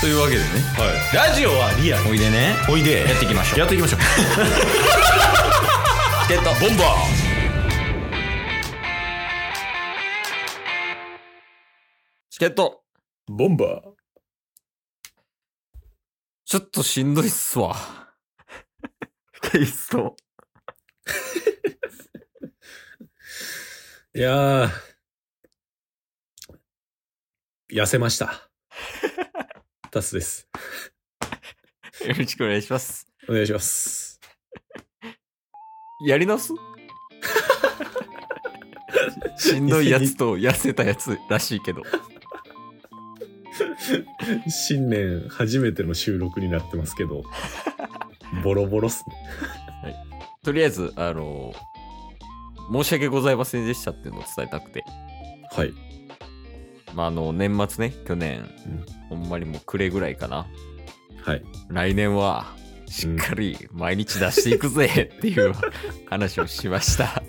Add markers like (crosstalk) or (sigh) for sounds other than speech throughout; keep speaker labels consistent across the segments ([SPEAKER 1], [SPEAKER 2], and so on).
[SPEAKER 1] というわけでね
[SPEAKER 2] ラジオはリアル
[SPEAKER 1] おいでね
[SPEAKER 2] おいで
[SPEAKER 1] やっていきましょう
[SPEAKER 2] やってい
[SPEAKER 1] (laughs)
[SPEAKER 2] きましょう
[SPEAKER 1] チケットボンバーチケット
[SPEAKER 2] ボンバー
[SPEAKER 1] ちょっとしんどいっす (laughs) わ。テイスト。
[SPEAKER 2] いやー、痩せました。タスです。
[SPEAKER 1] よろしくお願いします。
[SPEAKER 2] お願いします。
[SPEAKER 1] やり直 (laughs) すしんどいやつと痩せたやつらしいけど。
[SPEAKER 2] 新年初めての収録になってますけど、ボロボロっすね。
[SPEAKER 1] とりあえず、あの申し訳ございませんでしたっていうのを伝えたくて。
[SPEAKER 2] はい。
[SPEAKER 1] まあ、あの、年末ね、去年、ほんまにもう暮れぐらいかな。
[SPEAKER 2] はい。
[SPEAKER 1] 来年は、しっかり毎日出していく (laughs) ぜっていう話をしました。
[SPEAKER 2] はい。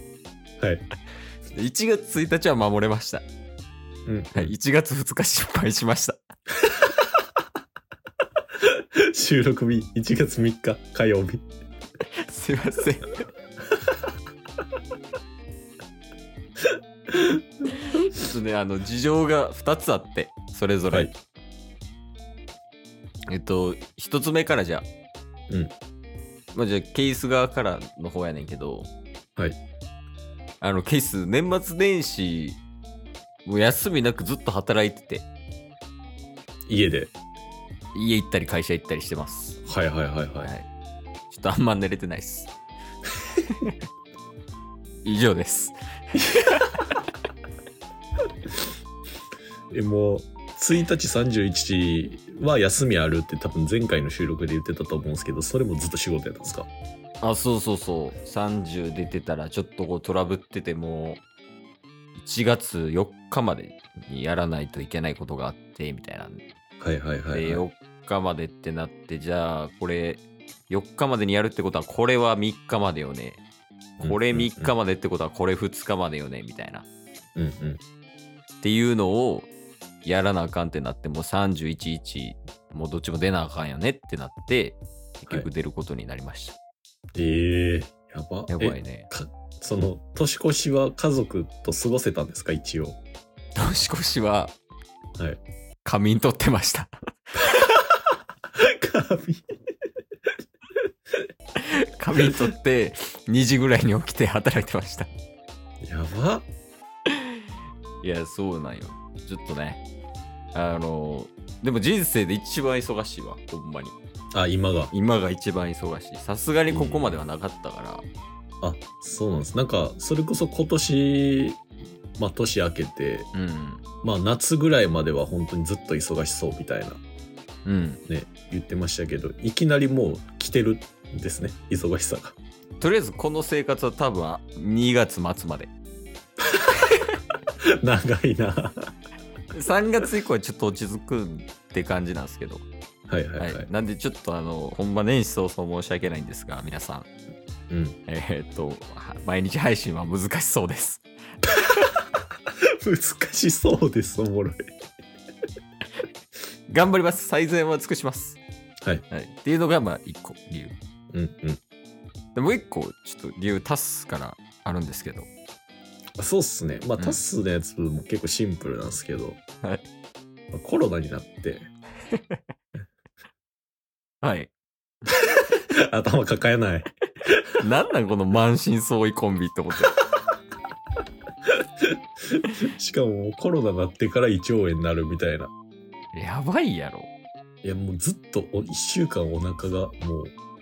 [SPEAKER 1] で1月1日は守れました。
[SPEAKER 2] うん。
[SPEAKER 1] はい、1月2日失敗しました。
[SPEAKER 2] 収録日、1月3日火曜日。
[SPEAKER 1] すいま (laughs) せん。ちょっとね、あの、事情が2つあって、それぞれ。
[SPEAKER 2] はい
[SPEAKER 1] えっと、1つ目からじゃあ。
[SPEAKER 2] うん。
[SPEAKER 1] まあ、じゃあ、ケース側からの方やねんけど。
[SPEAKER 2] はい。
[SPEAKER 1] あの、ケース、年末年始、もう休みなくずっと働いてて、
[SPEAKER 2] 家で。
[SPEAKER 1] 家行ったり会社行ったりしてます。
[SPEAKER 2] はいはいはいは。
[SPEAKER 1] はいい。ちょっとあんま寝れてないっす。
[SPEAKER 2] (laughs)
[SPEAKER 1] 以上です。
[SPEAKER 2] え、もう、1日31日は休みあるって多分前回の収録で言ってたと思うんですけど、それもずっと仕事やったんですか
[SPEAKER 1] あ、そうそうそう。30出てたら、ちょっとこうトラブってても、1月4日までにやらないといけないことがあって、みたいなんで、
[SPEAKER 2] はいはいはい、はい。
[SPEAKER 1] 4日までってなって、じゃあ、これ、4日までにやるってことは、これは3日までよね。これ
[SPEAKER 2] うんうんうん
[SPEAKER 1] 3日までってことは、これ2日までよね、みたいな。
[SPEAKER 2] うんうん。
[SPEAKER 1] っていうのをやらなあかんってなってもう311もうどっちも出なあかんよねってなって結局出ることになりました、
[SPEAKER 2] ええやば。
[SPEAKER 1] やばい
[SPEAKER 2] え
[SPEAKER 1] ね
[SPEAKER 2] その、年越しは家族と過ごせたんですか一応。
[SPEAKER 1] 年越しは (laughs)
[SPEAKER 2] はい。
[SPEAKER 1] 仮眠取ってました (laughs)
[SPEAKER 2] 神。
[SPEAKER 1] 仮眠取って2時ぐらいに起きて働いてました
[SPEAKER 2] やば。
[SPEAKER 1] いやそうなんよちょっとねあのでも人生で一番忙しいわほんまに
[SPEAKER 2] あ、今が。
[SPEAKER 1] 今が一番忙しいさすがにここまではなかったから、
[SPEAKER 2] あ、そうなんです。なんか、それこそ今年、まあ年明けて、
[SPEAKER 1] うん
[SPEAKER 2] まあ夏ぐらいまでは本当にずっと忙しそうみたいな
[SPEAKER 1] うん
[SPEAKER 2] ね、言ってましたけど、いきなりもう来てるんですね。忙しさが。 (laughs)
[SPEAKER 1] とりあえずこの生活は多分2月末まで
[SPEAKER 2] 長いな。
[SPEAKER 1] 3月以降はちょっと落ち着くんって感じなんですけど、
[SPEAKER 2] はいはい
[SPEAKER 1] は
[SPEAKER 2] はいい。
[SPEAKER 1] なんでちょっとあのほんま年始早々申し訳ないんですが皆さん
[SPEAKER 2] うん。
[SPEAKER 1] えーっとは毎日配信は難しそうです
[SPEAKER 2] 難しそうです、おもろい。
[SPEAKER 1] 頑張ります最善は尽くします
[SPEAKER 2] はい、
[SPEAKER 1] っていうのがまあ1個理由
[SPEAKER 2] うんうん
[SPEAKER 1] でもう1個ちょっと理由足すからあるんですけど
[SPEAKER 2] あ。そうっすね。まあ、
[SPEAKER 1] うん
[SPEAKER 2] タスのやつも結構シンプルなんですけど、
[SPEAKER 1] はい
[SPEAKER 2] まあコロナになって、 (laughs)
[SPEAKER 1] はい
[SPEAKER 2] 頭抱えない。
[SPEAKER 1] なんなんこの満身創痍コンビって思ってる
[SPEAKER 2] しかもコロナになってから胃腸炎になるみたいな。
[SPEAKER 1] (laughs) やばいやろ
[SPEAKER 2] いや、もうずっとお1週間お腹がもう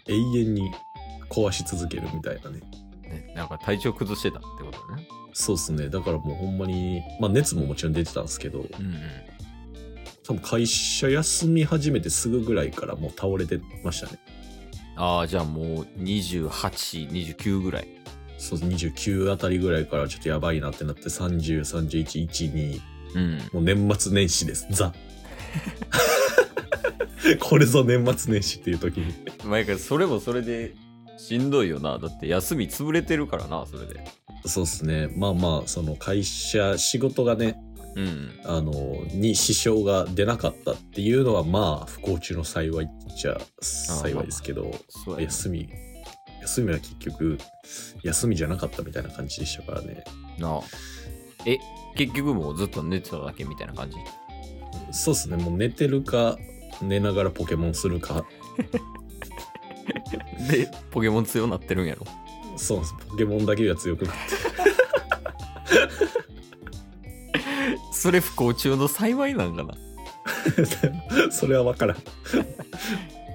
[SPEAKER 2] 永遠に壊し続けるみたいなね。
[SPEAKER 1] ねなんか体調崩してたってことね
[SPEAKER 2] そうっすね。だからもうほんまに、まあ熱ももちろん出てたんですけど、
[SPEAKER 1] うんうん
[SPEAKER 2] 多分会社休み始めてすぐぐらいからもう倒れてましたね。
[SPEAKER 1] ああじゃあもう2829ぐらい
[SPEAKER 2] そう29あたりぐらいからちょっとやばいなってなって30、31、12、
[SPEAKER 1] うん
[SPEAKER 2] もう年末年始です。ザ。 (laughs) これぞ年末年始っていう時に。
[SPEAKER 1] 前からそれもそれでしんどいよなだって休み潰れてるからなそれで
[SPEAKER 2] そうっすね。まあまあ、その会社、仕事がね、
[SPEAKER 1] うん。
[SPEAKER 2] あのに支障が出なかったっていうのはまあ不幸中の幸いっちゃ幸いですけど
[SPEAKER 1] そうや
[SPEAKER 2] 休み休みは結局休みじゃなかったみたいな感じでしたからね
[SPEAKER 1] ななあ。え、結局もうずっと寝てただけみたいな感じ。
[SPEAKER 2] そうっすねもう寝てるか寝ながらポケモンするか
[SPEAKER 1] で、ポケモン強なってるんやろ。
[SPEAKER 2] そうなんですポケモンだけが強くなって
[SPEAKER 1] それ不幸中の幸いなんかな。
[SPEAKER 2] (laughs) それは分からん
[SPEAKER 1] い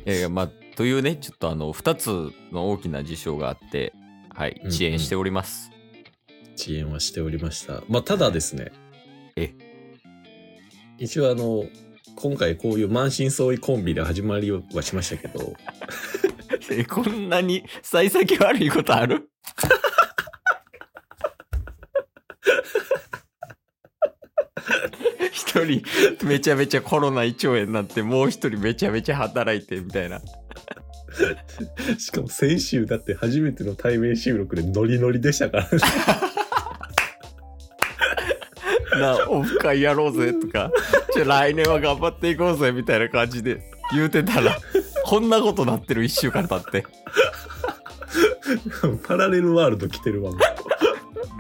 [SPEAKER 1] やいや、まあ、というね、ちょっとあの、2つの大きな事象があって、はい、
[SPEAKER 2] うん
[SPEAKER 1] 遅延しております。 (laughs)
[SPEAKER 2] 遅延はしておりましたまあただですね
[SPEAKER 1] え
[SPEAKER 2] 一応あの今回こういう満身創痍コンビで始まりはしましたけど
[SPEAKER 1] え、こんなに幸先悪いことある (laughs) 一人めちゃめちゃコロナ胃腸炎になってもう一人めちゃめちゃ働いてみたいな
[SPEAKER 2] (laughs) しかも先週だって初めての対面収録でノリノリでしたから、ね、
[SPEAKER 1] なあオフ会やろうぜとか (laughs) じゃ来年は頑張っていこうぜみたいな感じで言うてたらこんなことなってる1週間経って
[SPEAKER 2] (laughs) パラレルワールド来て (laughs) るわもう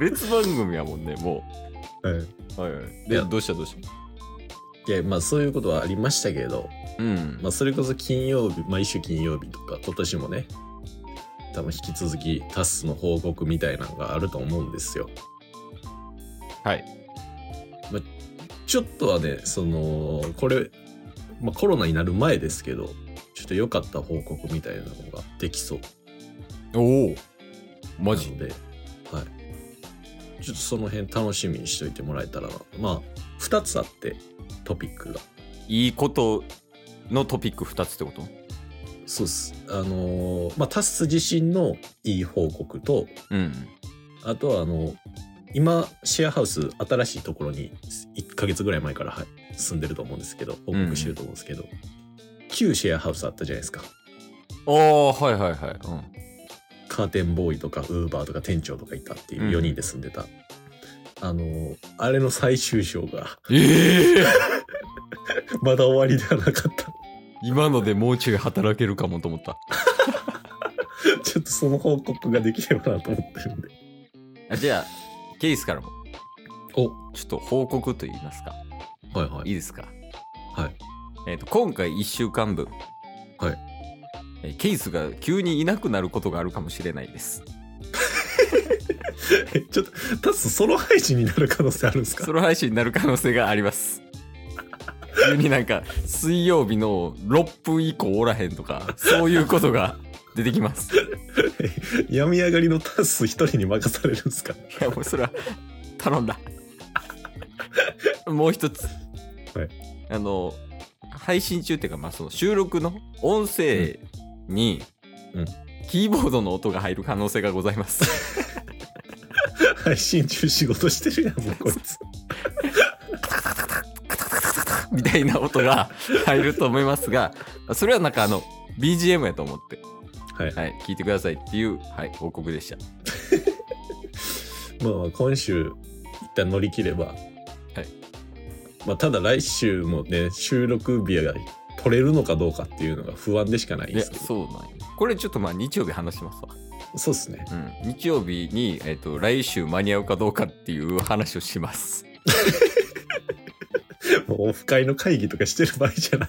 [SPEAKER 1] 別番組やもんねも
[SPEAKER 2] はい、
[SPEAKER 1] うはいはい
[SPEAKER 2] い
[SPEAKER 1] で
[SPEAKER 2] や
[SPEAKER 1] どうしたどうした
[SPEAKER 2] いやまあそういうことはありましたけれど、
[SPEAKER 1] うん
[SPEAKER 2] まあ、それこそ金曜日毎週金曜日とか今年もね多分引き続きタスの報告みたいなのがあると思うんですよ
[SPEAKER 1] はい
[SPEAKER 2] ちょっとはねそのこれ、まあ、コロナになる前ですけどちょっと良かった報告みたいなのができそう
[SPEAKER 1] おお
[SPEAKER 2] マ
[SPEAKER 1] マ
[SPEAKER 2] ジで、はい。ちょっとその辺楽しみにしておいてもらえたらな。まあ、2つあって、トピックが。
[SPEAKER 1] いいことのトピック2つってこと
[SPEAKER 2] そうっす。あのーまあ、タス自身のいい報告と、
[SPEAKER 1] うん。
[SPEAKER 2] あとは、あの今、シェアハウス、新しいところに1ヶ月ぐらい前から、はい、住んでると思うんですけど、報告してると思うんですけど、旧シェアハウスあったじゃないですか。
[SPEAKER 1] ああ、はいはいはい。
[SPEAKER 2] カーテンボーイとかウーバーとか店長とかいたっていう4人で住んでた、あのーあれの最終章が (laughs)
[SPEAKER 1] うん、ええ
[SPEAKER 2] まだ終わりではなかった
[SPEAKER 1] (laughs)
[SPEAKER 2] (laughs)
[SPEAKER 1] 今のでもうちょい働けるかもと思った。
[SPEAKER 2] ちょっとその報告ができればなと思ってるんで。
[SPEAKER 1] あじゃあ、ケイスからも、
[SPEAKER 2] お、
[SPEAKER 1] ちょっと報告と言いますか。
[SPEAKER 2] はいはい
[SPEAKER 1] い。ですか。
[SPEAKER 2] はい。
[SPEAKER 1] えっ、と、今回1週間分。
[SPEAKER 2] はい。
[SPEAKER 1] えーケイスが急にいなくなることがあるかもしれないです。
[SPEAKER 2] え (laughs) ちょっと、タスソロ配信になる可能性あるんですか
[SPEAKER 1] ソロ配信になる可能性があり
[SPEAKER 2] (laughs)
[SPEAKER 1] ます。急になんか、水曜日の6分以降おらへんとか、そういうことが出てき
[SPEAKER 2] (laughs)
[SPEAKER 1] ます。
[SPEAKER 2] 病み上がりのタス一人に任されるんですか (laughs)
[SPEAKER 1] いやもうそれは頼んだもう一つ、
[SPEAKER 2] はい
[SPEAKER 1] あの配信中っていうか、まあ、その収録の音声に、
[SPEAKER 2] うんうん
[SPEAKER 1] キーボードの音が入る可能性がございます
[SPEAKER 2] 配信中仕事してるやん、もう (laughs) こいつ。
[SPEAKER 1] みたいな音が入ると思いますがそれはなんかあの BGM やと思って、
[SPEAKER 2] はい。
[SPEAKER 1] はい、聞いてくださいっていう、はい、報告でした。
[SPEAKER 2] まあまあ、今週、一旦乗り切れば。はいまあ、ただ来週もね、収録日が取れるのかどうかっていうのが不安でしかない
[SPEAKER 1] い
[SPEAKER 2] で
[SPEAKER 1] や
[SPEAKER 2] すけど。
[SPEAKER 1] そうなんよこれちょっとまあ日曜日話しますわ、
[SPEAKER 2] そうですね。
[SPEAKER 1] うん、日曜日に、えっと来週間に合うかどうかっていう話をします
[SPEAKER 2] もうオフ会の会議とかしてる場合じゃない。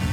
[SPEAKER 3] す